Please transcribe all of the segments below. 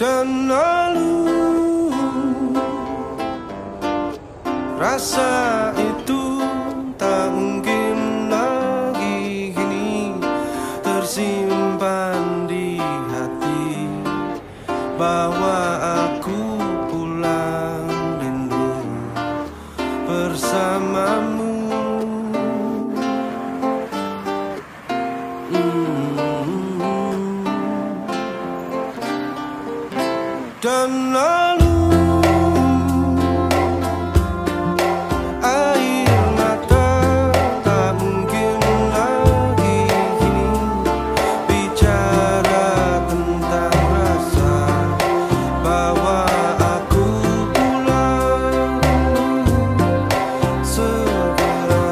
dan lalu Rasa itu tak mungkin lagi kini Tersimpan di hati Bahwa aku pulang rindu bersamamu Mm. dan lalu air mata tak mungkin lagi kini bicara tentang rasa bahwa aku pulang segera.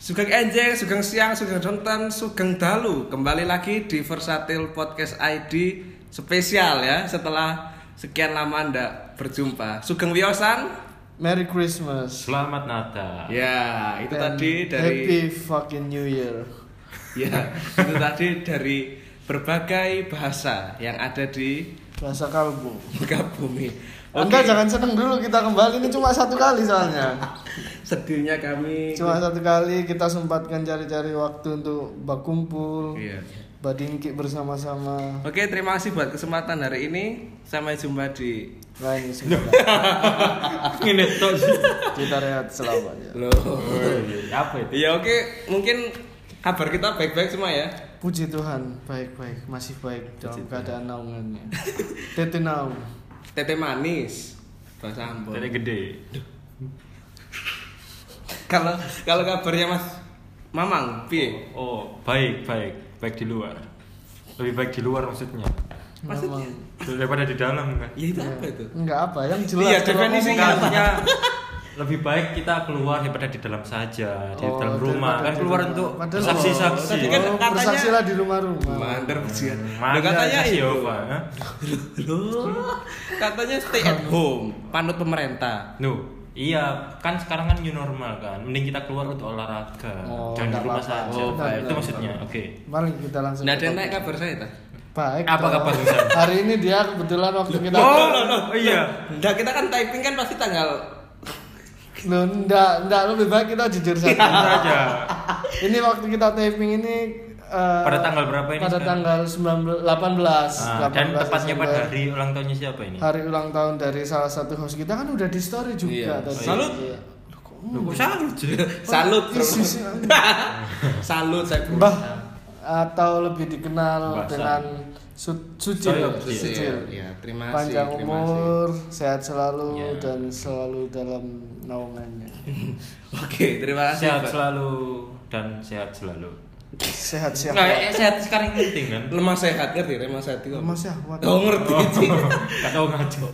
Sugeng Enjing, Sugeng Siang, Sugeng Sonten, Sugeng Dalu Kembali lagi di Versatil Podcast ID spesial ya Setelah sekian lama anda berjumpa Sugeng Wiosan Merry Christmas. Selamat Natal. Ya itu Dan tadi dari Happy fucking New Year. Ya itu tadi dari berbagai bahasa yang ada di Bahasa kalbu. muka bumi Anda jangan seneng dulu kita kembali ini cuma satu kali soalnya. Sedihnya kami Cuma satu kali kita sempatkan cari-cari waktu untuk berkumpul, Iya. badingki bersama-sama. Oke terima kasih buat kesempatan hari ini Sampai jumpa di Nah ini sebentar. Ngene tok. kita rehat selamanya. Loh Apa itu? Ya oke mungkin kabar kita baik-baik semua ya Puji Tuhan, baik-baik, masih baik dalam keadaan naungannya. Tete naung. Tete manis bahasa Ambon. Dari gede. Kalau kalau kabarnya Mas Mamang, piye? Oh, baik, baik. Baik di luar. Lebih baik di luar maksudnya. Maksudnya? Memang. Daripada di dalam kan. Ya itu apa itu? Enggak apa, yang jelas. Iya, kalau definisi ngomong- Maksudnya lebih baik kita keluar daripada di dalam saja, di Oh, dalam daripada rumah. Kan di keluar rumah. untuk Padahal- saksi-saksi. Tadi kan Oh, katanya- bersaksilah di rumah-rumah. Mandar pujian. Mana Loh, katanya saksi itu. Yehova, ha? Loh, katanya stay at home, panut pemerintah. Nuh, iya, kan sekarang kan new normal kan. Mending kita keluar untuk olahraga. Oh, Jangan di nggak rumah apa-apa. saja. Oh, baik. itu maksudnya. Oke. Mari kita langsung. Nggak ada ke yang naik topik. kabar saya ta? Baik. Nah, Apa dong. kabar, Susan? Hari ini dia kebetulan waktu kita. Oh, no, no. Oh, iya. Nah, kita kan typing kan pasti tanggal Loh, enggak, enggak lebih baik kita jujur Bentar saja. aja. ini waktu kita taping ini eh, Pada tanggal berapa ini Pada sekarang? tanggal 19 18 Ah, dan 18 tepatnya pada Desember. hari ulang tahunnya siapa ini? hari ulang tahun dari salah satu host kita kan udah di Iya. story juga tadi. Salut. Iya. Loh, kok Loh, kok salut sih? salut. bro. Isi- isi- salut saya. bro. Mbah atau lebih dikenal Mbah San. dengan Su- Sucil. Sucil. Iya, terima kasih. Panjang terima kasih. umur, sehat selalu Iya. dan selalu dalam naungannya. Oke, terima kasih. Sehat Pak. selalu dan sehat selalu. Sehat Nah, siapa? eh, sehat sekarang ini penting kan? lemah sehat ngerti lemah sehat itu apa? Lemah syahwat. oh ngerti sih Gak tau ngaco.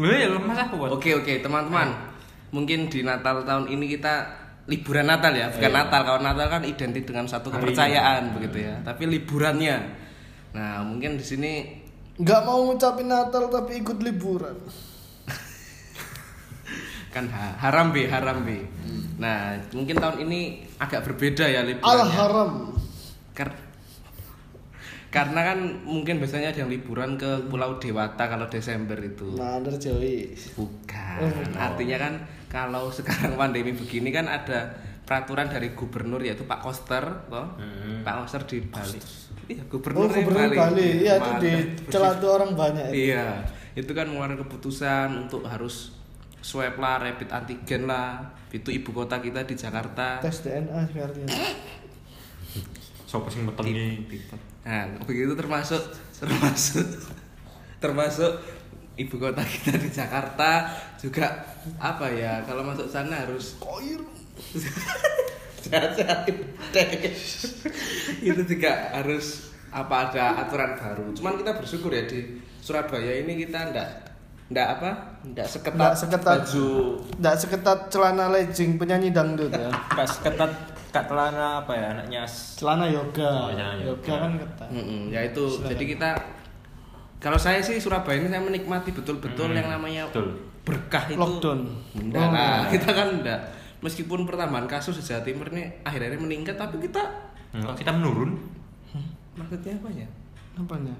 Loh, ya lemah aku buat. oke oke teman-teman mungkin di Natal tahun ini kita liburan Natal ya bukan Iya. Natal kalau Natal kan identik dengan satu Hari. kepercayaan begitu ya tapi liburannya nah mungkin di sini Nggak mau ngucapin Natal tapi ikut liburan. kan ha- haram be haram be Hmm. nah mungkin tahun ini agak berbeda ya Al liburannya haram. Kar- karena kan mungkin biasanya ada yang liburan ke Pulau Dewata kalau Desember itu Nah, Under Joey. Bukan. Artinya kan kalau sekarang pandemi begini kan ada peraturan dari gubernur yaitu Pak Koster, toh. Pak Koster di Bali. Iya, Oh, gubernur, gubernur Bali. Iya, itu Mantap. di celatu orang banyak. itu. Iya, itu kan mengeluarkan keputusan untuk harus swab lah, rapid antigen lah. Itu ibu kota kita di Jakarta. Tes DNA artinya. Sopo sing metengi. Nah, begitu termasuk termasuk termasuk ibu kota kita di Jakarta juga apa ya kalau masuk sana harus koir sehat-sehat dek. itu juga harus apa ada aturan baru cuman kita bersyukur ya di Surabaya ini kita ndak ndak apa ndak seketat, Ndak seketat. baju Nggak seketat celana legging penyanyi dangdut ya. Pas ketat kak telana apa ya anaknya s- Celana yoga. Oh, celana yoga. yoga kan ketat. Mm-mm, ya itu jadi kita kalau saya sih Surabaya ini saya menikmati betul-betul yang namanya Betul. berkah itu Lockdown. enggak Oh. lah kita kan enggak meskipun pertambahan kasus di Jawa Timur ini akhirnya meningkat tapi kita Kalau Hmm, oh, kita menurun, maksudnya apa ya? apanya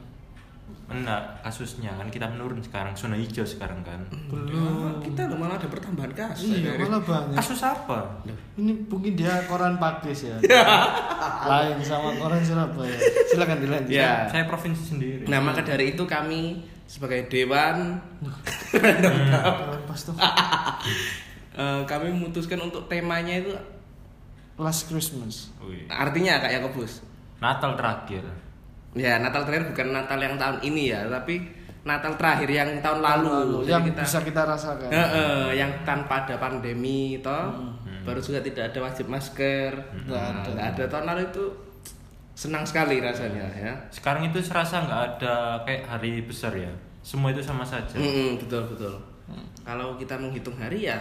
enggak kasusnya kan kita menurun sekarang zona hijau sekarang kan. belum Kita loh malah ada pertambahan kasus. iya akhirnya. malah banyak Kasus apa? ini mungkin dia koran pakis ya lain sama koran Surabaya silakan dilanjut Ya. Saya provinsi sendiri. Nah maka dari itu kami sebagai dewan Koran pas tuh eh, kami memutuskan untuk temanya itu last Christmas Wih. artinya kayak kebus. Natal terakhir. Ya Natal terakhir bukan Natal yang tahun ini ya, tapi Natal terakhir yang tahun lalu. Jadi yang kita, bisa kita rasakan Ya. Heeh, yang tanpa ada pandemi toh, Hmm. baru juga tidak ada wajib masker. Nggak Nah, ada. nggak ada. tahun lalu itu senang sekali rasanya ya. Sekarang itu serasa nggak ada kayak hari besar ya. Semua itu sama saja. Mm-mm, Hmm, betul betul. Kalau kita menghitung hari ya,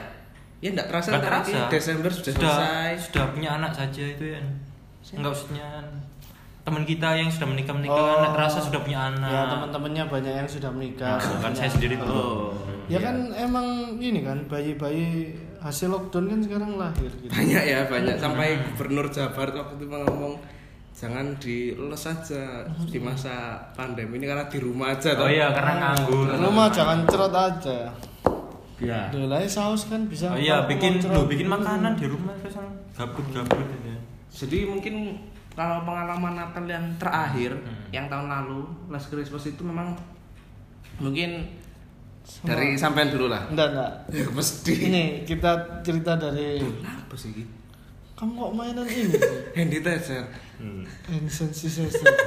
ya enggak terasa Hmm. Nggak ntar lagi terasa. Desember sudah, sudah selesai. sudah punya anak saja itu ya. Enggak maksudnya teman kita yang sudah menikah menikah Oh. anak terasa sudah punya anak. ya teman-temannya banyak yang sudah menikah Nah, sudah kan punya saya sendiri anak. belum. Iya. ya kan emang ini kan bayi-bayi hasil lockdown kan sekarang lahir gitu Banyak ya banyak Hmm. sampai Gubernur Jabar waktu itu ngomong jangan diles saja di masa pandemi ini karena di rumah aja toh. Hmm. Oh iya karena nganggur. lu mah jangan cerot aja Ya. Duh, lah, saus kan bisa Nah. Oh iya Kalau bikin mau cerot. gitu. lo bikin makanan di rumah terus gabut gabut ya. Jadi mungkin kalau pengalaman Natal yang terakhir yang tahun lalu Last Christmas itu memang mungkin dari sampean dulu lah. enggak enggak Ya mesti. ini kita cerita dari Apa sih? gitu? ini? kamu kok mainan ini sih? Hand sanitizer. Hmm. hand sanitizer coba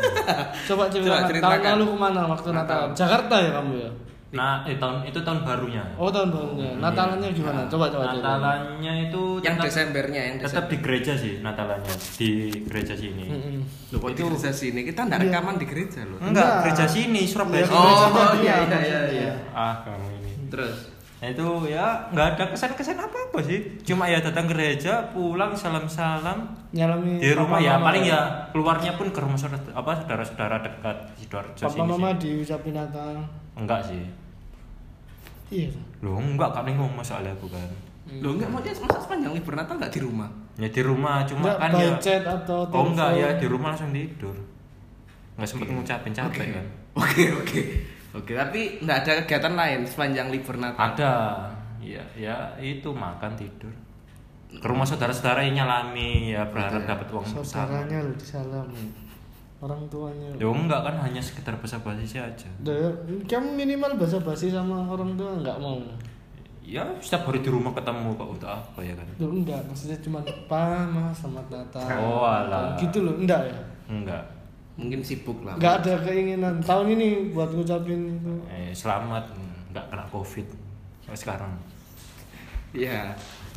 Coba ceritakan tahun ceritakan. lalu kemana waktu Natal Natal. Jakarta ya kamu ya Nah eh, tahun itu tahun barunya. oh iya, tahun Iya. barunya Natalannya Nah, gimana coba coba ceritakan. Natalannya itu Yang tetap- Desembernya yang tetap Desember. di gereja sih Natalannya di gereja sini. Mm-mm. Loh, kok di gereja sini kita enggak rekaman di gereja loh. Enggak, Enggak. gereja sini Surabaya. Ya, sini. Oh, gereja tadi iya, iya, ya, iya, maksudnya. iya. Ah, kamu ini. Terus Nah, itu ya nggak ada kesan-kesan apa-apa sih. Cuma ya datang gereja, pulang salam-salam nyalami di rumah papa ya mama. paling ya keluarnya pun ke rumah saudara apa saudara-saudara dekat di Sidoarjo papa sini mama sih. diucapin Natal Enggak sih. iya Loh, enggak kan ini ngomong soalnya aku kan. Loh enggak mau dia masa sepanjang libur Natal enggak di rumah. Ya di rumah cuma enggak kan by ya. chat atau Oh enggak ya telepon. di rumah langsung tidur. Enggak sempet ngucapin capek kan. Oke, oke. Oke, tapi enggak ada kegiatan lain sepanjang libur Natal. Ada. Ya, ya itu makan tidur. Ke rumah saudara-saudara yang nyalami ya berharap dapat uang besar. saudaranya lo disalami orang tuanya Ya enggak kan hanya sekedar basa-basi aja. Duh, kamu minimal basa-basi sama orang tua nggak mau Ya setiap hari di rumah ketemu kok untuk apa ya kan? Duh, enggak maksudnya cuma pa ma selamat Natal Oh, alah. gitu loh enggak ya Enggak. Mungkin sibuk lah. nggak ada keinginan tahun ini buat ngucapin itu Eh, selamat enggak kena covid Oh, sekarang. Iya.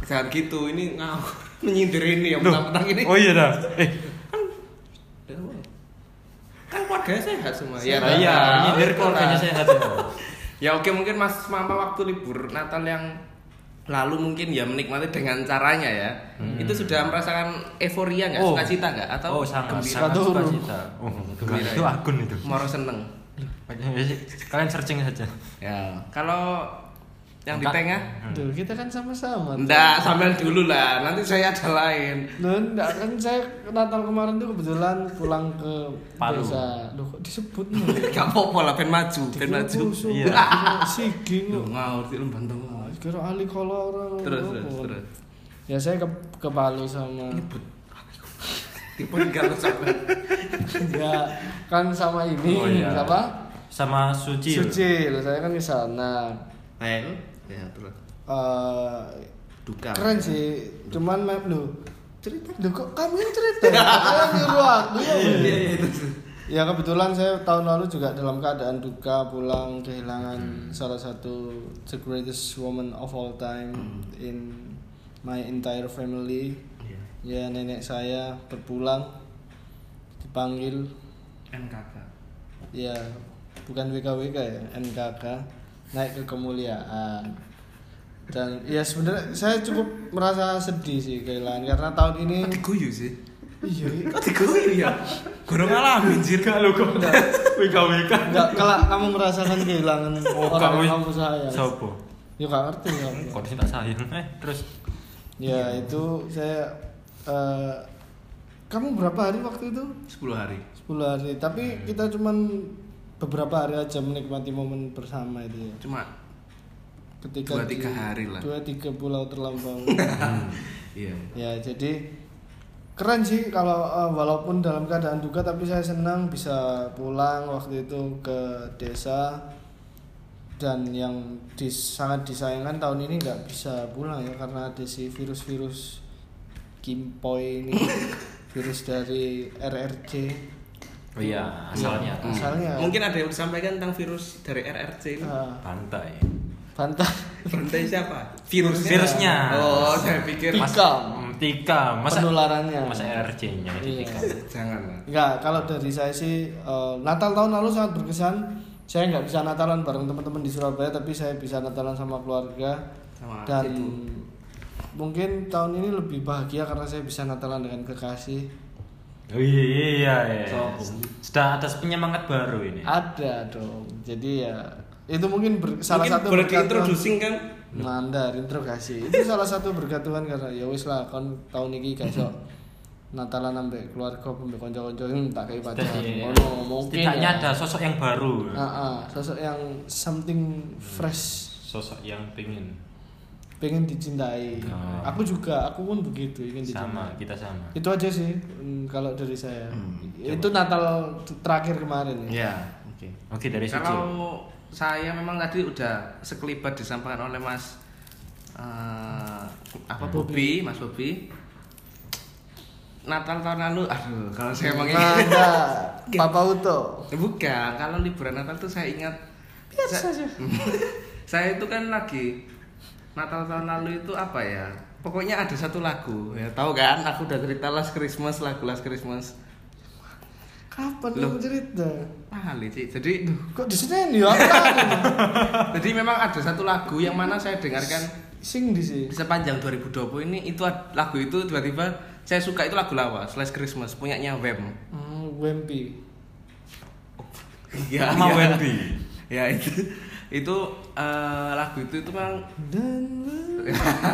Jangan gitu, ini ngawur menyindir ini yang petang-petang ini. Oh iya dah. Eh, Kan keluarganya sehat semua. ya, Pak. iya, nyindir Betul keluarganya lah. sehat. Ya oke mungkin Mas Mama waktu libur Natal yang lalu mungkin ya menikmati dengan caranya ya. Itu sudah merasakan euforia nggak, Hmm. Oh. sukacita nggak, atau Oh, sangat gembira, sangat Satu suka huruf. cita. Oh, enggak, Gembira, itu ya. akun itu. moro seneng. Kalian searching saja. Ya. Kalau yang di ya? Enggak. tengah, Hmm. Duh, kita kan sama-sama. tuh. enggak sambil dulu lah. Nanti saya ada lain. Loh, enggak kan saya Natal kemarin tuh kebetulan pulang ke Palu. desa. Loh, kok disebut nih? Gak apa-apa lah, ben maju, ben maju. Iya. Iya. Sigi Lu kok. ngawur sih lu bantu. Kira ahli kolor. Terus, apa. terus, terus. Ya saya ke ke Palu sama Tipe enggak rusak. ya kan sama ini Oh, iya. apa? Sama Suci. ya? Sucil. Saya kan ke sana. Nah, itu ya terus. Eh, Duka. keren sih. Cuman map lu Cerita. Loh, kok kamu yang cerita? Kalian nyuruh aku ya. weh. Iya, iya, terus. Ya kebetulan saya tahun lalu juga dalam keadaan duka pulang Hmm. kehilangan salah satu the greatest woman of all time Hmm. in my entire family. Iya. Ya nenek saya berpulang dipanggil NKK. ya bukan WKWK ya NKK naik ke kemuliaan dan ya sebenarnya saya cukup merasa sedih sih kehilangan karena tahun ini Kok diguyu sih? iya Kok diguyu ya? Gurung alami anjir. Enggak lu kok. Wika wika. enggak kalau kamu merasakan kehilangan Oh, orang kamu- yang kamu sayang Sopo. Ya gak ngerti ya. Kok disini tak sayang. Eh, terus Ya itu saya eh, kamu berapa hari waktu itu? 10 hari 10 hari. Hmm. Tapi kita cuman beberapa hari aja menikmati momen bersama itu ya. cuma Ketika Dua, tiga di- hari lah. Dua tiga pulau terlampau. iya ya jadi keren sih kalau eh, walaupun dalam keadaan duka tapi saya senang bisa pulang waktu itu ke desa dan yang dis- sangat disayangkan tahun ini nggak bisa pulang ya karena ada si virus-virus kimpoi ini virus dari RRC Oh iya, asalnya Hmm. asalnya mungkin ada yang disampaikan tentang virus dari RRC ini Ah, pantai. bantah Berarti siapa virusnya Virusnya. oh saya pikir Mas- Tikam. Hmm, Tikam. Masa penularannya masa RRC-nya itu Iya. tikam. jangan lah Enggak, kalau dari saya sih eh, Natal tahun lalu sangat berkesan. Saya nggak bisa Natalan bareng teman-teman di Surabaya, tapi saya bisa Natalan sama keluarga Sama dan itu. mungkin tahun ini lebih bahagia karena saya bisa Natalan dengan kekasih. Oh iya iya. iya. Sombong. Sudah ada penyemangat baru ini. Ada dong. Jadi ya itu mungkin ber- salah mungkin satu boleh berkat Tuhan. diintroducing kan Mandar introgasi. Itu salah satu berkat Tuhan karena ya wis lah kon tahun ini besok Natalan ambek keluarga ambek kanca-kanca hmm, tak kayak pacar. Iya. Ngono, mungkin Setidaknya ya. ada sosok yang baru. Ah, ah, sosok yang something fresh Sosok yang pingin pengen dicintai Ah. aku juga aku pun begitu ingin dicintai sama kita sama. itu aja sih mm, kalau dari saya itu Natal t- terakhir kemarin ya Iya. Oke. Oke dari situ. Kalau saya memang tadi udah sekelibat disampaikan oleh Mas eh, apa Bobi, Mas Bobi. Natal tahun lalu, aduh, kalau saya emang Nah, ini- ada Papa Uto bukan, kalau liburan Natal tuh saya ingat biasa saya, aja saya itu kan lagi Natal tahun lalu itu apa ya? Pokoknya ada satu lagu, ya tahu kan? Aku udah cerita Last Christmas, lagu Last Christmas. kapan Loh. kamu cerita Pahali, Ci. Jadi kok di sini ya apa ini? jadi memang ada satu lagu yang mana saya dengarkan sing di sini di sepanjang 2020 ini itu ad- lagu itu tiba-tiba saya suka itu lagu lawas Last Christmas punyanya Wem Ah, Wempi ya Sama ya. Wendy. ya itu itu eh, lagu itu itu memang dan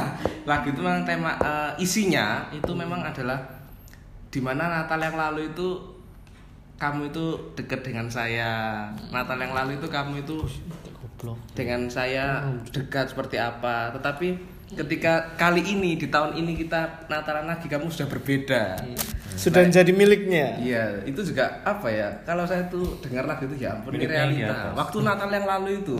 lagu itu memang tema eh, isinya itu memang adalah dimana Natal yang lalu itu kamu itu dekat dengan saya Natal yang lalu itu kamu itu Oh, goblok dengan saya dekat seperti apa tetapi ketika kali ini di tahun ini kita Natalan lagi kamu sudah berbeda sudah jadi miliknya iya itu juga apa ya kalau saya tuh dengar lagu itu ya ampun ini Miliknya di realita atas. waktu Natal yang lalu itu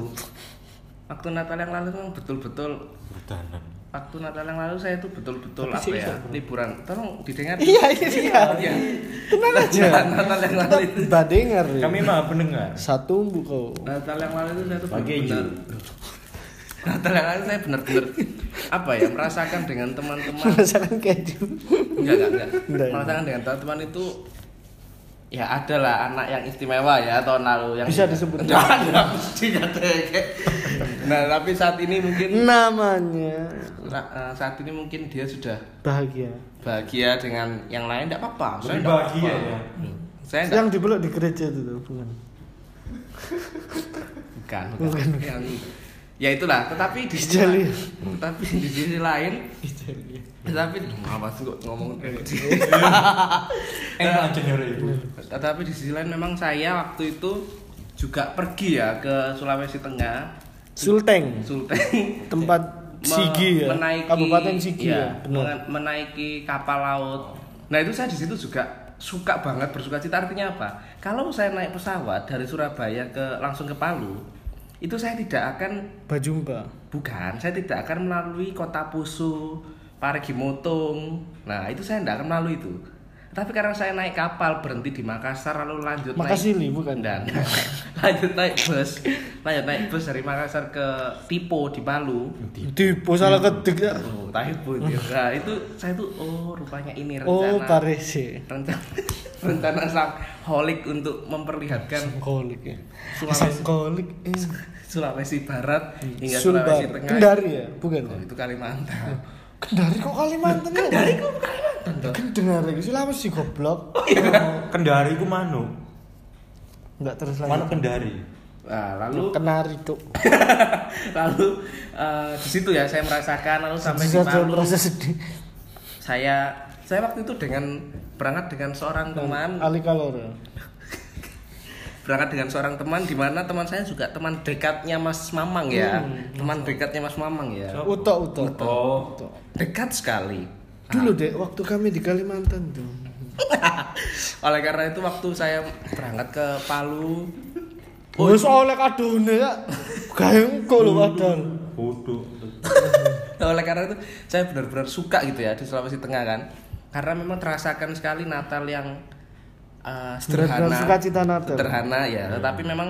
waktu Natal yang lalu memang betul-betul Bertahan. waktu Natal yang lalu saya itu betul-betul apa ya liburan tolong didengar iya iya iya Iya. tenang aja Natal yang lalu itu tak dengar ya. Kami mah pendengar. satu buku Natal yang lalu itu saya tuh Bagi benar Natal yang lalu saya benar-benar apa ya merasakan dengan teman-teman merasakan keju enggak enggak Enggak, enggak merasakan dengan teman itu ya ada lah anak yang istimewa ya tahun lalu yang Bisa disebut. enggak enggak mesti kata nah tapi saat ini mungkin namanya ra- eh, saat ini mungkin dia sudah bahagia bahagia dengan yang lain enggak apa-apa saya Lebih enggak bahagia apa-apa. Hmm. ya. saya enggak yang dipeluk di gereja itu tuh bukan bukan, bukan. Yang, ya itulah tetapi di sisi Ijali. lain- tetapi di sisi lain tetapi awas kok ngomong gitu. Eh, Enak aja nyuruh Eh, ibu. tetapi di sisi lain memang saya waktu itu juga pergi ya ke Sulawesi Tengah Sulteng Sulteng tempat me- Sigi ya menaiki kabupaten Sigi iya, ya benar mena- menaiki kapal laut nah itu saya di situ juga suka banget bersuka cita artinya apa kalau saya naik pesawat dari Surabaya ke langsung ke Palu itu saya tidak akan Bajumba Bukan, saya tidak akan melalui kota Pusu, Parigimotong. Nah, itu saya tidak akan melalui itu. Tapi karena saya naik kapal berhenti di Makassar lalu lanjut naik Makasili bukan dan lanjut naik bus, lanjut naik bus dari Makassar ke Tipo di Palu. Tipu salah ketik ya Oh, tahu Bu, itu. Nah, itu saya tuh oh rupanya ini rencana oh parese rencana rencana sang holik untuk memperlihatkan sangkolik ya Sulawesi. sangkolik eh Sulawesi Barat hingga Sulbar Sulawesi Tengah. Kendari ya bukan ya? Oh, itu Kalimantan. Kendari kok Kalimantan ya Kendari kok Kalimantan Kendari itu lama sih Oh, goblok iya. Kendari ku manu. nggak terus lagi Manu kendari. Nah, lalu kena ridho lalu eh, di situ ya saya merasakan lalu sampai di Saya Palu merasa sedih saya saya waktu itu dengan berangkat dengan Hmm. seorang teman Ali Kalora berangkat dengan seorang teman di mana teman saya juga teman dekatnya Mas Mamang ya Hmm. teman dekatnya Mas Mamang ya Uto Uto Oh, Uto. dekat sekali dulu deh waktu kami di Kalimantan tuh oleh karena itu waktu saya berangkat ke Palu Oh, Wes oleh kadone ya. Gawe Uh, engko lho padahal. bodoh. oleh karena itu saya benar-benar suka gitu ya di Sulawesi Tengah kan karena memang terasakan sekali Natal yang eh, sederhana Benar-benar sukacita Hmm. Natal. sederhana ya tetapi memang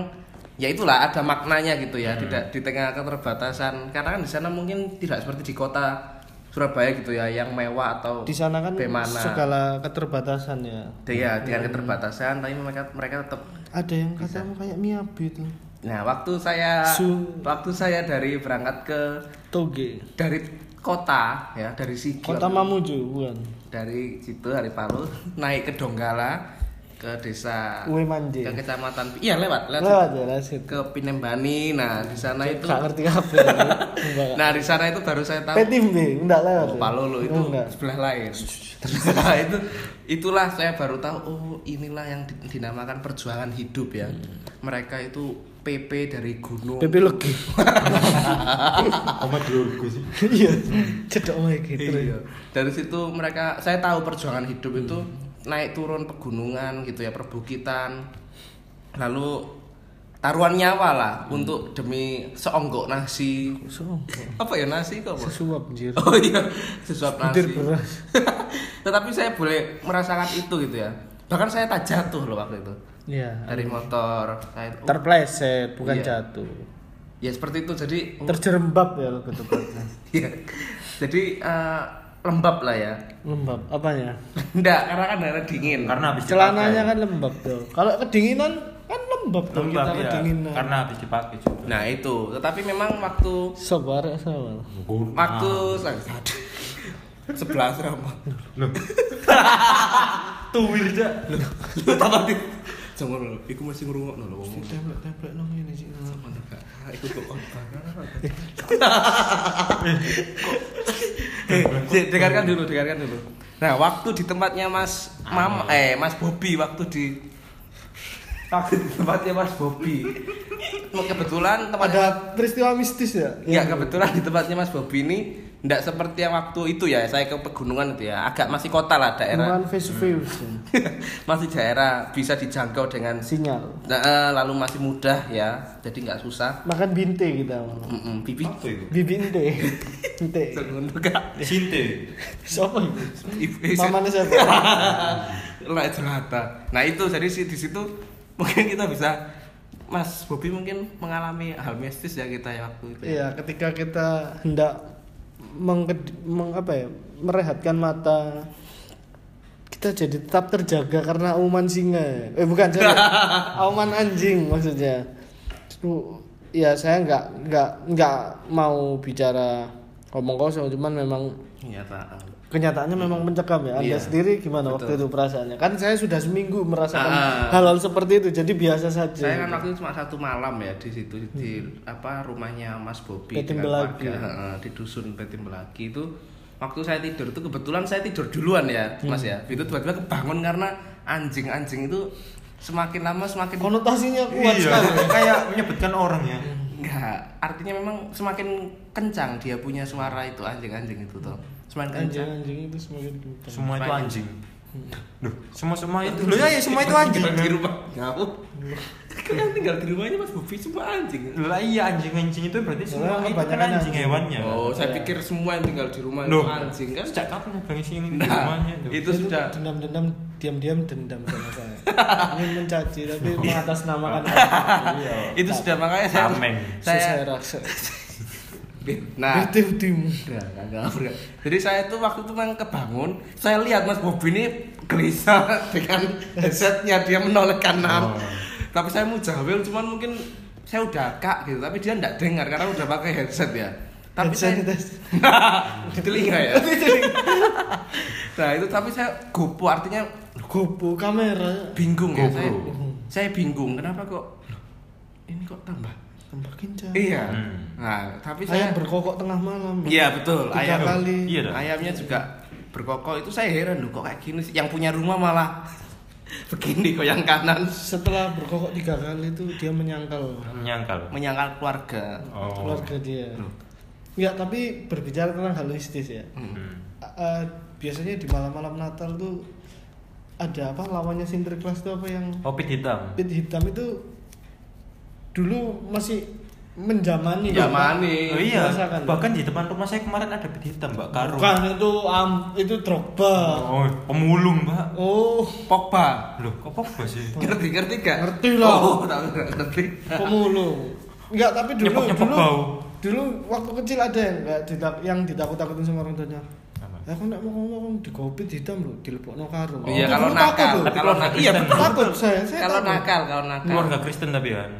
ya itulah ada maknanya gitu Hmm. ya tidak di tengah keterbatasan karena kan di sana mungkin tidak seperti di kota Surabaya gitu ya yang mewah atau Di sana kan bagaimana segala keterbatasan ya. Iya, dengan keterbatasan tapi mereka mereka tetap Ada yang katamu kayak miabe itu. nah waktu saya Su- waktu saya dari berangkat ke Toge. dari kota ya dari Sigi Kota Mamuju bukan. dari situ dari Palu naik ke Donggala ke desa Uwe manje. ke kecamatan iya lewat lewat Lewat ya lasit. ke Pinembani nah di sana itu Gak ngerti apa. ya. Enggak. nah di sana itu baru saya tahu Petim deh, enggak lewat. oh, ya. Palolo itu Oh, enggak. sebelah lain nah, itu itulah saya baru tahu oh inilah yang di- dinamakan perjuangan hidup ya Hmm. mereka itu PP dari gunung Pepe Logi. Oma dulurku sih. Iya. Cedok wae gitu. Iya. Dari situ mereka saya tahu perjuangan hidup itu naik turun pegunungan gitu ya, perbukitan. Lalu taruhan nyawa lah untuk demi seonggok nasi. So, Apa ya nasi kok? Bos? suap anjir. Oh iya, sesuap nasi. Butir beras. Tetapi saya boleh merasakan itu gitu ya. Bahkan saya tak jatuh loh waktu itu Iya. dari motor. Saya, oh, Terpleset, bukan Iya. jatuh. ya seperti itu. Jadi oh, Terjerembab ya lo ketepatnya. iya. Jadi eh, lembab lah ya. Lembab apanya? Enggak, karena kan daerah dingin. Karena habis celananya kan lembab tuh kalau kedinginan kan lembab dipakai. tuh lembab kita ya. kedinginan Karena habis dipakai juga. Nah itu, tetapi memang waktu sabar sabar waktu sebelah asrama. tuwil dah. Lu tambah di Jangan lu, iku masih ngerungok lho ngomong. template nang ngene sih Ah, Iku kok on Eh, Cik, dengarkan dulu, dengarkan dulu. Nah, waktu di tempatnya Mas Mam eh Mas Bobi waktu di waktu di tempatnya Mas Bobi. Kebetulan tempatnya ada peristiwa mistis ya Iya, Ya kebetulan di tempatnya Mas Bobi ini tidak seperti yang waktu itu ya saya ke pegunungan itu ya agak masih kota lah daerah Gunungan Vesuvius ya. Hmm. masih daerah bisa dijangkau dengan sinyal Nah, eh, lalu masih mudah ya jadi nggak susah makan binte kita malam. Mm-mm, bibi Apa itu? bibinte binte Ngono, Kak. Sinte. siapa itu Ibu- eh, mamanya siapa lah itu rata. Nah itu jadi si- di situ mungkin kita bisa Mas Bobi mungkin mengalami hal mistis ya kita ya waktu itu. iya ketika kita hendak mengked- meng, apa ya merehatkan mata kita jadi tetap terjaga karena auman singa ya. eh bukan sorry. auman anjing maksudnya itu ya saya nggak nggak nggak mau bicara ngomong kosong cuman memang Kenyataan. kenyataannya memang mencekam ya anda Iya. sendiri gimana waktu itu Betul. perasaannya kan saya sudah seminggu merasakan Ah. hal-hal seperti itu jadi biasa saja Saya kan waktu itu cuma satu malam ya di situ di apa rumahnya Mas Bobi Petim dengan Belagi. warga, heeh, di dusun Petim Belagi itu waktu saya tidur itu kebetulan saya tidur duluan ya Mas ya itu tiba-tiba kebangun karena anjing-anjing itu semakin lama semakin konotasinya kuat Iya, sekali kayak menyebutkan orang ya. enggak artinya memang semakin kencang dia punya suara itu anjing-anjing itu tuh semakin kencang anjing-anjing itu semakin kencang Semua itu Banyak. anjing. Loh, semua semua itu. Hmm. Loh, ya, ya, semua itu anjing. tinggal di rumah aku kalian tinggal di rumahnya Mas Bobi semua anjing Loh, iya anjing-anjing itu berarti semua Lah, itu kan kebanyakan anjing anjing. hewannya. oh saya pikir semua yang tinggal di rumah itu Loh, anjing kan Sejak kapan abang isi ini di Nah, rumahnya? Loh. itu sudah dendam-dendam diam-diam dendam sama saya ingin mencaci tapi mengatasnamakan iya itu sudah makanya saya Amin. saya saya rasa nah tim tim udah, nggak, nggak, nggak. jadi saya tuh waktu itu memang kebangun saya lihat mas Bobi ini gelisah dengan headsetnya dia menolehkan nam Oh. tapi saya mau jawab cuman mungkin saya udah kak gitu tapi dia nggak dengar karena udah pakai headset ya tapi saya di telinga ya nah itu tapi saya gopo artinya gopo kamera bingung ya saya Gopo. saya bingung kenapa kok ini kok tambah tambah kencang iya Hmm. nah tapi saya ayam berkokok tengah malam iya betul tiga ayam kali Iya dah. ayamnya juga berkokok itu saya heran loh kok kayak gini sih yang punya rumah malah begini kok yang kanan setelah berkokok tiga kali itu dia menyangkal menyangkal. menyangkal keluarga Oh. keluarga dia ya tapi berbicara tentang haloistis ya Hmm. A- eh, biasanya di malam-malam Natal tuh ada apa lawannya sinterklas tuh apa yang Opit Oh, hitam. pit hitam itu dulu masih menjamani Jamani. Oh iya, Merasakan. bahkan di depan rumah saya kemarin ada opit hitam, Mbak Karung. bukan itu am itu drogba Oh, pemulung, Mbak. oh Pogba Loh, kok Pogba sih? ngerti ngerti gak Ngerti lah. oh tak ngerti, ngerti pemulung Enggak, tapi dulu Nyepok-nyepok dulu bau. dulu waktu kecil ada yang enggak ditak yang ditakut-takutin sama orang tuanya. Ya aku nek mau ngomong digopit hitam lho, dilepokno Oh. karung. iya Itu kalau dulu nakal takut, kalau nakal iya Kristen. lho. betul takut saya, saya kalau takut. nakal kalau nakal Keluarga Kristen tapi kan.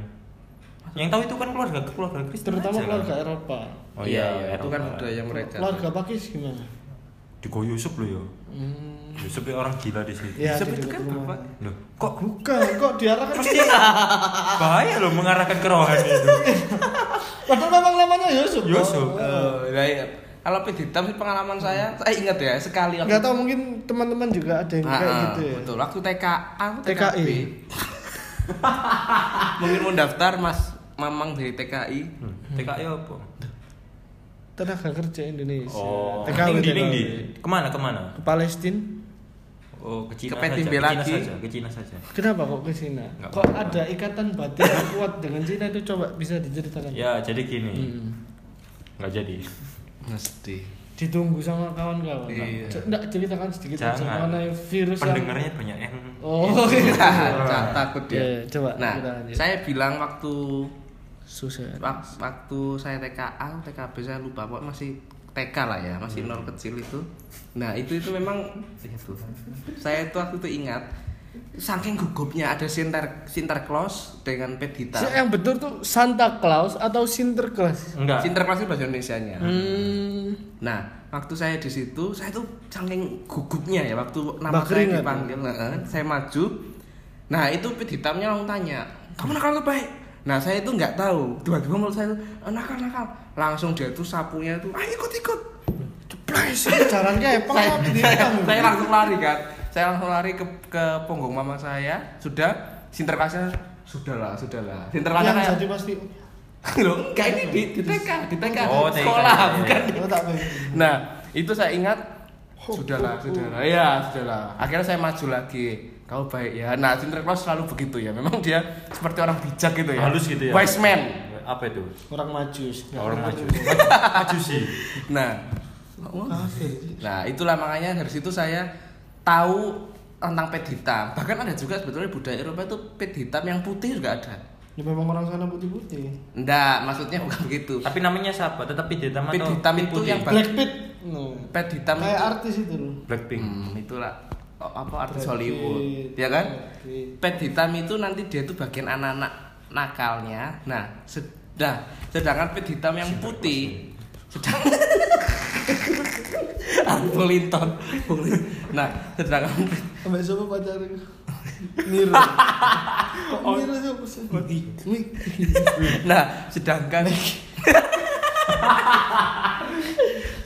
Yang tahu itu kan keluarga keluarga Kristen. terutama aja kan. keluarga Eropa. Oh iya, itu kan budaya mereka Keluarga Pakis gimana? Digo Yusuf loh ya. Hmm. Yusuf ya orang gila di situ. Ya, Tapi di itu dekat kan rumah. bapak. Loh, kok Bukan, kok diarahkan pasti bahaya loh mengarahkan ke rohani itu. Padahal memang namanya Yusuf. kok. Yusuf. Eh, nah, iya. kalau pit hitam sih pengalaman saya saya ingat ya sekali Enggak tahu mungkin teman-teman juga ada yang Ah, kayak ah, gitu ya. betul waktu TKA aku TKI. TKP. mungkin mau daftar mas mamang dari TKI Hmm, TKI apa? Tenaga kerja Indonesia. Oh, TKW, tinggi TKW. tinggi. Kemana kemana? Ke Palestina. Oh, ke Cina Ke saja. PTB Ke Cina lagi. saja. Ke Cina saja. Kenapa kok ke Cina? Nggak kok apa-apa. ada ikatan batin yang kuat dengan Cina itu coba bisa diceritakan? Ya, jadi gini. Hmm. Nggak jadi. mesti Ditunggu sama kawan-kawan. Iya. Nggak ceritakan sedikit aja Jangan. mengenai virus Gitu, yang- Pendengarnya banyak yang Oh, iya. Nah, takut Iya, dia coba nah kita lanjut. saya bilang waktu susah. Wak- waktu saya TKA, TKB saya lupa, pokoknya masih TK lah ya, masih nol Hmm. kecil itu. Nah itu itu memang ya Tuhan. saya itu waktu itu ingat saking gugupnya ada sinter sinterklas dengan pet hitam. Si- yang betul tuh Santa Claus atau Sinterklas? enggak. Sinterklas itu bahasa Indonesianya. Hmm. Nah, waktu saya di situ, saya tuh saking gugupnya ya waktu nama saya Mbak keringat. dipanggil, heeh, saya maju. Nah, itu pit hitamnya langsung tanya, "Kamu nakal atau baik?" Nah, saya itu nggak tahu. Tiba-tiba mulut saya tuh "Eh, nakal-nakal. Langsung dia tuh sapunya tuh, "Ah, ikut-ikut." Plus, jalan kayak apa? saya, Apa saya, dihitam? saya langsung lari kan. Saya langsung lari ke ke punggung mama saya. Sudah sinterklasnya sudahlah, sudahlah. Sinterklasnya yang kayak jadi pasti. loh, kayak ini di, di TK, di TK kan? Oh, TK, sekolah, iya, iya. bukan Oh, tak apa. Nah, itu saya ingat sudahlah, sudahlah. Ya, sudahlah. Akhirnya saya maju lagi. Kau baik ya. Nah, Sinterklas selalu begitu ya. Memang dia seperti orang bijak gitu ya. Halus gitu ya. Wise man. Apa itu? Orang majus. Nggak Orang ngerti. maju. Maju sih. Nah, Kafir. nah itulah makanya dari situ saya tahu tentang pet hitam. Bahkan ada juga sebetulnya budaya Eropa itu pet hitam yang putih juga ada. Ya memang orang sana putih-putih. Enggak, maksudnya bukan begitu. Tapi namanya siapa? Tetap pit hitam Pet atau hitam pit itu putih? yang- Bang. Black Pit. No. Pet hitam Kayak itu artis itu loh. Blackpink. Hmm, itulah oh, apa artis Brad Hollywood, Pitt, ya kan? Brad Pitt. Pet hitam itu nanti dia tuh bagian anak-anak nakalnya. Nah, sudah sedangkan pet hitam yang putih sedangkan Bulinton. Nah, sedangkan Sampai siapa pacar itu? Niro. Oh. Kok Niro siapa sih? Mik. nah, sedangkan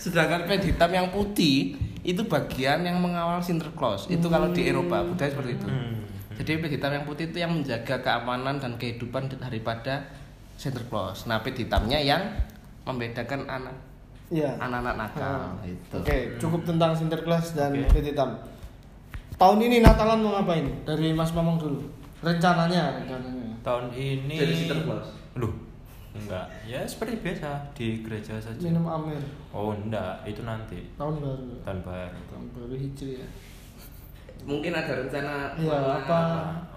sedangkan pet hitam yang putih itu bagian yang mengawal Sinterklas. Itu kalau di Eropa budaya seperti itu. Hmm. Jadi pit hitam yang putih itu yang menjaga keamanan dan kehidupan daripada Santa Claus. Nah, pit hitamnya yang membedakan anak Ya. anak-anak nakal itu. Oke, cukup tentang Sinterklas dan Pit Hitam. Tahun ini Natalan mau ngapain? Dari Mas Mamang dulu. Rencananya, rencananya. Tahun ini. Jadi Sinterklas. Loh. Enggak. Ya seperti biasa di gereja saja. Minum Amir Oh, enggak. Itu nanti tahun baru. tahun baru. Tahun baru ya. Hijriah. Mungkin ada rencana Ya, keuangan apa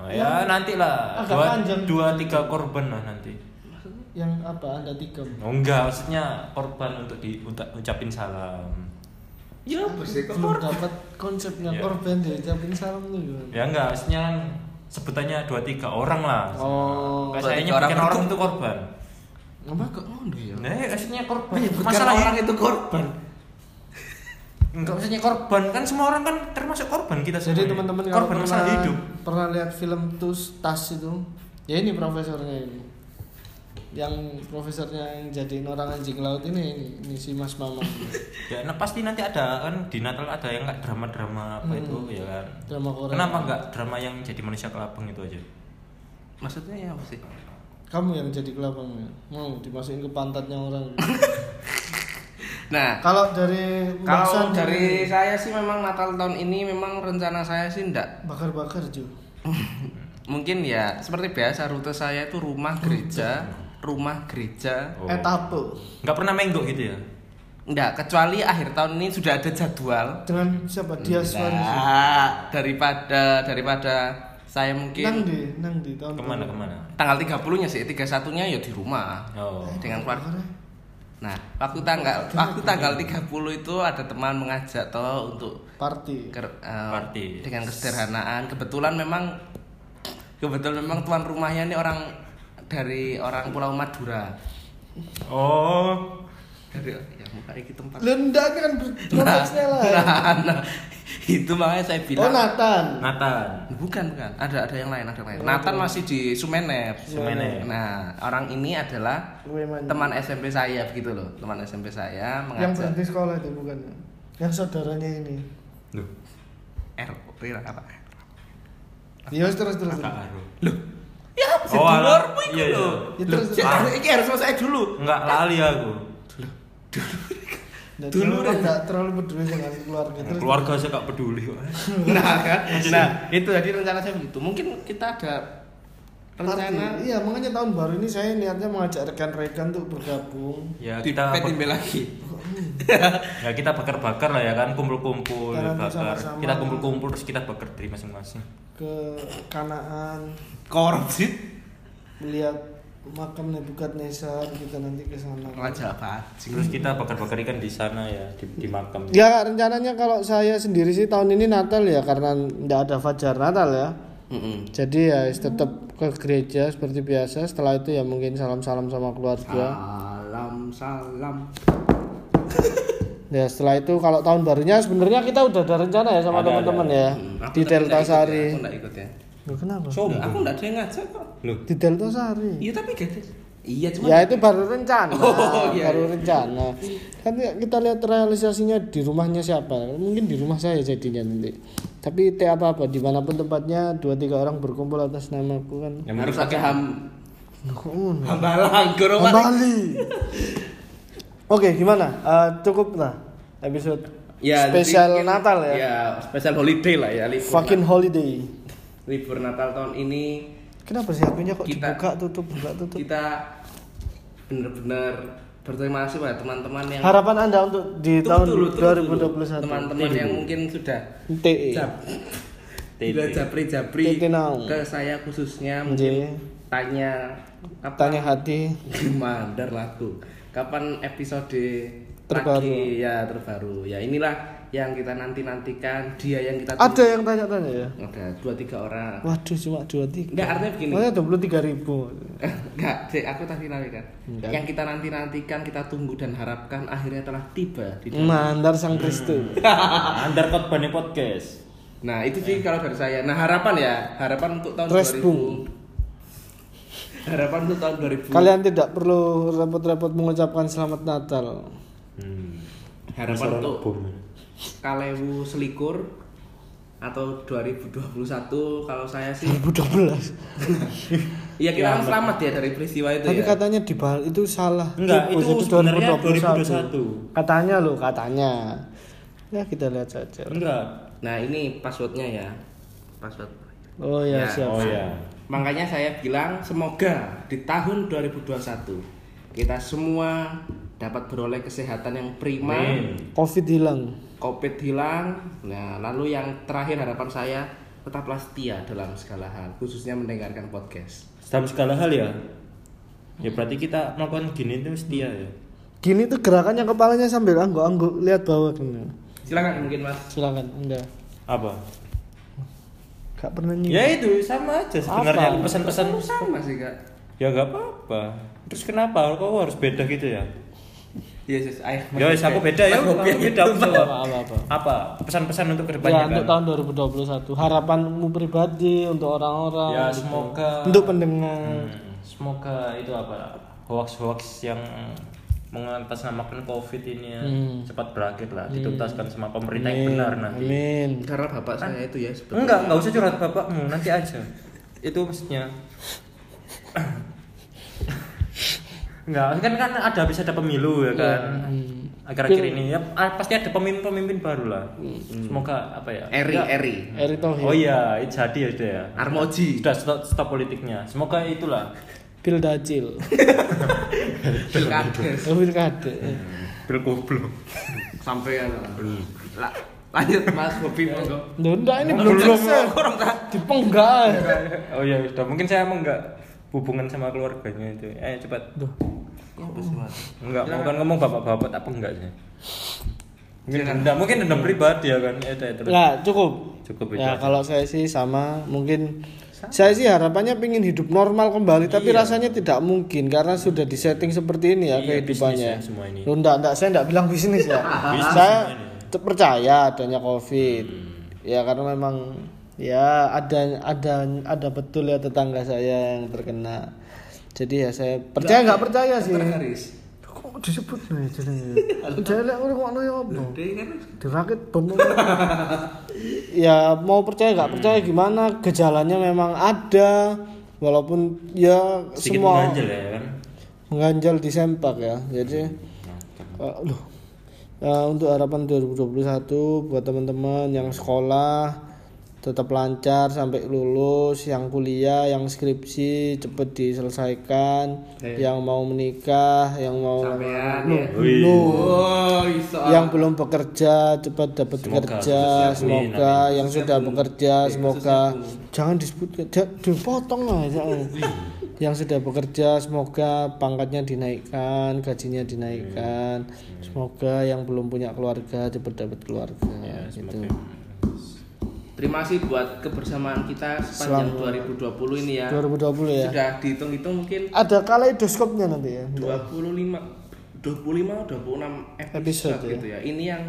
Oh, ya nanti lah. agak Dua, panjang. dua tiga korban lah nanti. yang apa? Anda tiga. Oh, enggak, maksudnya korban untuk diucapin salam. Ya, apa sih kok Belum dapat konsepnya Ya. korban diucapin salam tuh gimana? Ya enggak, maksudnya kan sebutannya dua tiga orang lah. Oh, dua, Enggak, sayangnya tiga orang bukan itu- orang itu korban. Apa kok ngono ya? Nah, maksudnya korban. Menyebutkan Masalah orang itu korban. Enggak maksudnya korban kan semua orang kan termasuk korban kita Jadi semuanya. teman-teman kalau korban pernah masalah hidup. pernah lihat film Tus Tas itu, ya ini profesornya ini. yang profesornya yang jadi orang anjing laut ini ini si Mas Mamang Ya, nah pasti nanti ada kan di Natal ada yang nggak drama-drama apa itu ya kan. Hmm. drama Korea. Kenapa nggak drama yang jadi manusia kelabang itu aja? Maksudnya ya apa sih? Kamu yang jadi kelabang ya? Mau dimasukin ke pantatnya orang. Nah, Kalau dari Mbak kalau San, dari saya sih memang Natal tahun ini memang rencana saya sih enggak bakar-bakar Ju. mungkin ya seperti biasa rute saya itu rumah gereja, rumah gereja. Oh. Etape Nggak pernah menggo gitu ya? Enggak, kecuali akhir tahun ini sudah ada jadwal. dengan siapa? Dia Suardi. Nah, daripada daripada saya Nang mungkin di, nang di tahun Kemana tahun. kemana? tanggal 30-nya sih, 31-nya ya di rumah Oh. dengan Iya. keluarga. Nah, waktu tanggal waktu tanggal 30 itu ada teman mengajak toh untuk Party. ker- eh, Party. dengan kesederhanaan. Kebetulan memang kebetulan memang tuan rumahnya ini orang dari orang Pulau Madura. Oh. Dari ya muka iki tempat. Lendang kan konteksnya lah. Nah, nah, itu makanya saya Oh bilang Nah, Nathan. Nathan. Bukan, bukan. Ada ada yang lain, ada yang lain. Oh, Nathan iya. masih di Sumenep. Sumenep. Nah, orang ini adalah Weman. teman SMP saya begitu loh. Teman SMP saya yang mengajak berhenti sekolah itu bukan. Yang saudaranya ini. Loh, R Rira apa? Iya terus terus. Kak Nah, terus. Aru. Ya, apa sih Oh, dulur alah. ku iku Iya, iya. lho. Ya, Loh, terus, cek, terus. harus- Iki harus selesai dulu. Nggak lali aku. Dan Dulu dulu deh. enggak terlalu peduli dengan keluarga terus. Keluarga saya nggak peduli. Nah, kan. Jadi- Nah, itu jadi rencana saya begitu. Mungkin kita ada rencana Party. Iya makanya tahun baru ini saya niatnya mengajak rekan-rekan untuk bergabung. Ya di kita PTB lagi. ya kita bakar-bakar lah ya kan kumpul-kumpul Kita nanti bakar. sama-sama. Kita kumpul-kumpul terus kita bakar dari masing-masing. ke Kanaan Korupsi. melihat makam Nebukadnezar kita nanti ke sana. Raja apa? Terus kita bakar-bakar ikan di sana ya di, di makam. Ya rencananya kalau saya sendiri sih tahun ini Natal ya karena nggak ada fajar Natal ya. Mm-mm. Jadi ya tetap ke gereja seperti biasa. Setelah itu ya mungkin salam-salam Ah. sama keluarga. Salam salam. Ya setelah itu kalau tahun barunya sebenarnya kita udah ada rencana ya sama Ada, teman-teman ya Hmm, aku tapi di nggak Delta ikut ya, Sari. Aku enggak ikut ya. Loh, Loh, kenapa? aku Sombong. enggak ada yang ngajak kok. Loh, Di Delta Sari. Iya tapi gede. Iya cuma Ya itu baru rencana, Oh, iya, baru iya. rencana. Nanti kita lihat realisasinya di rumahnya siapa. Mungkin di rumah saya jadinya nanti. Tapi itu apa apa dimanapun tempatnya dua tiga orang berkumpul atas namaku kan. yang harus harus pakai ham Kok ngono? hambalang guru Kembali. Oke gimana? Eh, cukup lah episode spesial Natal ya. Ya spesial holiday lah ya libur. Fucking holiday. libur Natal tahun ini Kenapa sih HP-nya kok Kita- dibuka tutup buka tutup? kita bener-bener berterima kasih pada teman-teman yang Harapan anda untuk di Tunggu tahun dulu, tunggu dulu. 2021. teman-teman yang mungkin sudah TE. jab Titi. Bila japri-japri Titi now. ke saya khususnya Nggih. tanya apa Tanya hati. Mandar lagu. Kapan episode Terbaru. lagi ya terbaru. Ya inilah yang kita nanti nantikan dia yang kita Ada yang tanya-tanya ya? ada dua tiga orang. Waduh cuma 23 Enggak artinya begini. Makanya 23 ribu Enggak, Dek, aku tadi nanya kan. Enggak. Yang kita nanti nantikan kita tunggu dan harapkan akhirnya telah tiba Hmm. di Mandar sang Kristus Andar khotbahnya podcast. Nah, itu sih kalau dari saya. Nah, harapan ya, harapan untuk tahun Resbung. 2000. Harapan untuk tahun 2000. Kalian tidak perlu repot-repot mengucapkan selamat Natal Hmm. harapan Masalah untuk bom. kalewu selikur atau 2021 kalau saya sih 2012 ya kita kan selamat ya dari peristiwa itu Tapi ya katanya dibahas itu salah Iya. Enggak, Typos, itu sebenarnya 2021. Katanya loh katanya Ya kita lihat saja Enggak. nah ini passwordnya ya password Oh ya, Ya. siap Oh ya. makanya saya bilang semoga di tahun 2021 kita semua dapat beroleh kesehatan yang prima Amin. Covid hilang covid hilang nah lalu yang terakhir harapan saya tetaplah setia dalam segala hal khususnya mendengarkan podcast Dalam segala hal ya. Ya berarti kita melakukan gini itu setia ya. Gini tuh gerakannya kepalanya sambil angguk-angguk Lihat bawah gini silakan mungkin mas Silakan anda Apa? Gak pernah nyium Ya itu sama aja sebenarnya Apa? pesan-pesan. sama sih kak Ya nggak apa-apa. Terus kenapa kok harus beda gitu ya? Yes, yes, I- Ya wes, aku beda ya. Mas Bobi, Aku beda aku jawab. Apa-apa Apa pesan-pesan untuk Ya, kedepannya untuk kan? tahun 2021 harapanmu pribadi untuk orang-orang Ya gitu. semoga Hmm, untuk pendengar semoga itu apa hoax-hoax yang mengatasnamakan covid ini ya, Hmm. cepat berakhir lah dituntaskan sama pemerintah yang benar nanti Hmm. Amin. Karena bapak saya itu ya sebetulnya. enggak enggak usah curhat bapakmu nanti aja itu maksudnya enggak kan kan ada habis ada pemilu ya kan akhir-akhir ini ya ah, pasti ada pemimpin-pemimpin baru lah semoga apa ya Eri enggak- Eri. Erick Thohir. oh iya jadi ya sudah ya Armoji. sudah stop, stop politiknya semoga itulah Bill Dacil. Pilkades. Bill Kade. bil goblok Sampai La- lanjut Mas Bobi monggo. Nunda ini belum selesai. Dipenggal. oh iya sudah mungkin saya emang enggak hubungan sama keluarganya itu eh cepat Duh. Enggak, mau kan ngomong bapak-bapak apa enggak sih? Mungkin Silakan. dendam, mungkin dendam pribadi ya kan. Ya, udah, terus. Nah, cukup. Cukup itu. Ya aja. kalau saya sih sama mungkin saya sih harapannya pingin hidup normal kembali tapi rasanya tidak mungkin karena sudah disetting seperti ini ya Iya, kehidupannya. bisnis ya semua ini. Loh, enggak, enggak, saya enggak bilang bisnis ya. Bisnis saya semua ini. Hmm. te- percaya adanya Covid. Ya karena memang ya ada ada ada betul ya tetangga saya yang terkena. Jadi ya saya percaya nggak percaya sih. Terharis. Kok disebut nih jenenge? Jelek ora ngono ya apa? Dia kan dirakit bom ya mau percaya nggak percaya gimana gejalanya memang ada walaupun ya Sedikit semua mengganjal ya kan. mengganjal di sempak ya jadi eh, aduh. Eh, untuk harapan 2021 buat teman-teman yang sekolah tetap lancar sampai lulus yang kuliah yang skripsi cepet diselesaikan Eh. yang mau menikah yang mau sampean Loh, ya. Wih. loh Oh, iso. yang belum bekerja cepat dapat Semoga. kerja Khususnya semoga Bu yang sudah bekerja semoga jangan disebutkan ja- dipotong lah jangan. yang sudah bekerja semoga pangkatnya dinaikkan gajinya dinaikkan semoga yang belum punya keluarga cepat dapat keluarga gitu Terima kasih buat kebersamaan kita sepanjang 2020 ini ya. 2020 ya Sudah dihitung-hitung mungkin ada kaleidoskopnya nanti ya 25 25 26 episode, Episode ya. gitu ya. Ini yang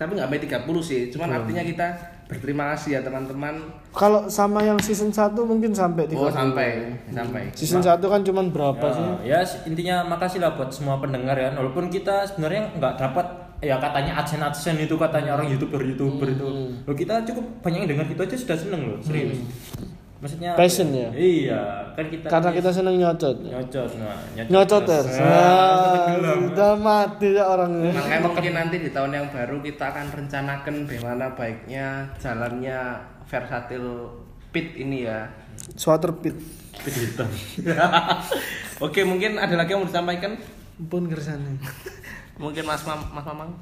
tapi nggak sampai 30 sih. Cuman artinya kita berterima kasih ya teman-teman. kalau sama yang season 1 mungkin sampai Oh 30. sampai sampai. season 1 kan cuman berapa Ya, sih ya, intinya makasih lah buat semua pendengar ya. Walaupun kita sebenarnya nggak dapat ya katanya adsen adsen itu katanya orang youtuber youtuber itu. Hmm. Loh kita cukup banyak yang dengar gitu aja sudah seneng loh serius. Maksudnya Hmm. Passion ya? Iya, kan kita karena kita seneng nyocot nyocot nah, nyocot. Nyocoter. terus. Nah, udah mati ya orangnya. Makanya mungkin nanti di tahun yang baru kita akan rencanakan bagaimana baiknya jalannya versatil pit ini ya. Swater pit. Eh, Oke, mungkin ada lagi yang mau disampaikan? Pun kersane. Mungkin Mas Mam, Mas Mamang.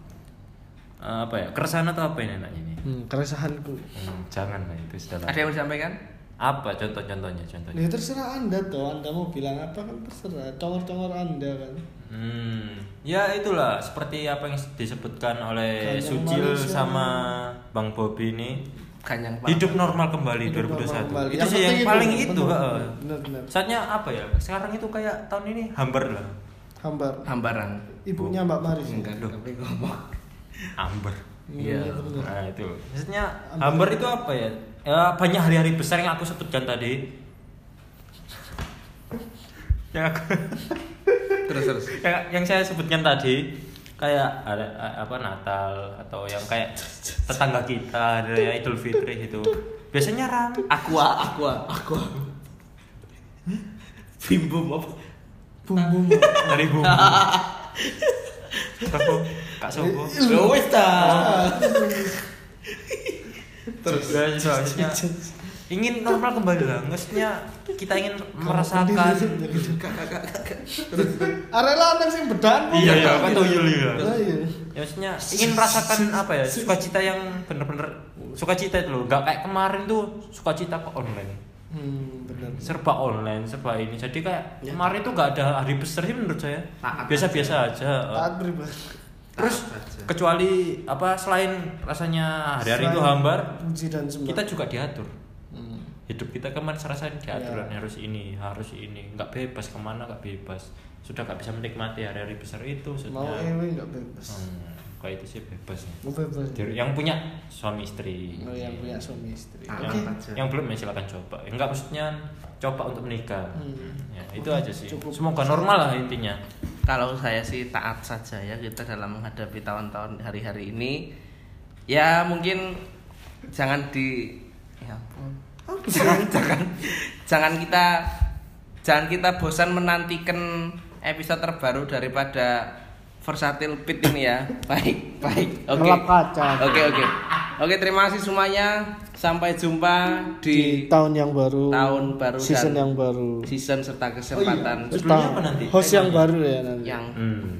apa ya? Keresahan atau apa ini enaknya ini? Hmm, keresahanku. Hmm, jangan lah itu sudah. lah. Ada yang mau disampaikan? Apa contoh-contohnya? Contohnya. Ya terserah Anda toh, Anda mau bilang apa kan terserah. Tongor-tongor Anda kan. Hmm, ya itulah seperti apa yang disebutkan oleh Kayak Sucil manusia. sama Bang Bobi ini Ganyang Pak. hidup normal kembali Hidup 2021. normal kembali. Itu Yang sih yang penting itu, paling itu. bener, heeh. bener, bener. Saatnya apa ya? Sekarang itu kayak tahun ini hambar lah. Hambar. Hambaran. Ibunya Mbak Maris. Enggak dong. Tapi ngomong. Amber. Iya, bener. Nah, itu. Maksudnya hambar itu apa ya? Ya banyak hari-hari besar yang aku sebutkan tadi. yang aku Terus terus. yang, yang saya sebutkan tadi kayak ada a- apa Natal atau yang kayak tetangga kita ada ya, Idul Fitri itu biasanya ramai Aqua, aqua, aqua. Bimbum apa? Bum bum. dari bumbu Sopo? kak Sopo Loh, wis Ah. ta. terus biasanya ingin normal kembali lah maksudnya kita ingin merasakan Arela anak sing bedan. Bu. iya iya kan tuyul ya Lah, iya. ya maksudnya ingin merasakan apa ya sukacita yang bener-bener sukacita itu loh nggak kayak kemarin tuh sukacita ke online Hmm, benar. serba online serba ini jadi kayak Ya. kemarin tuh nggak ada hari besar sih menurut saya Taat biasa-biasa aja Taat pribadi. terus kecuali apa selain rasanya hari-hari itu Selain Iya. hambar Puji dan sembah. kita juga diatur Hmm. hidup kita kemarin rasanya diatur Ya. kan, harus ini harus ini nggak bebas kemana nggak bebas sudah nggak bisa menikmati hari-hari besar itu mau maksudnya ewe nggak bebas. ya. Hmm. kalau itu sih bebas Oh, ya. bebas. Dir- yang punya suami istri Oh, yang punya suami istri. Ah, Oke. apa aja. yang belum ya silakan coba Ya, enggak maksudnya coba untuk menikah Hmm. ya, itu aja sih cukup. semoga normal lah intinya Kalau saya sih taat saja ya kita dalam menghadapi tahun-tahun hari-hari ini. Ya mungkin jangan di ya ampun. jangan jangan jangan kita jangan kita bosan menantikan episode terbaru daripada Versatil Pit ini ya. Baik, baik. Oke. Gelap kaca. Oke, oke. Oke, terima kasih semuanya. Sampai jumpa di Di tahun yang baru. Tahun baru Season dan- yang baru. season Oh serta iya. kesempatan Terus judulnya Tahun- apa nanti? Host yang baru ya nanti. yang hmm.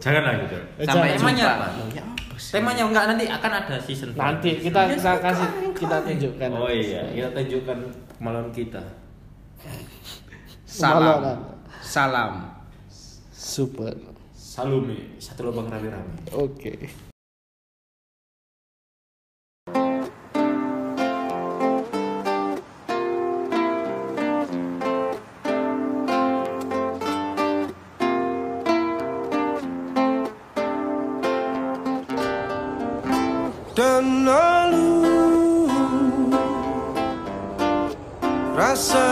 janganlah gitu Eh, sampai jangan. jumpa. Temanya apa? Loh, ya apa sih? temanya enggak nanti akan ada season Nanti kita kita kasih kita tunjukkan. oh iya kita tunjukkan malam kita Salam. Malam. Salam. Super. salumi satu lubang rame-rame Oke. dan lalu rasa Hmm.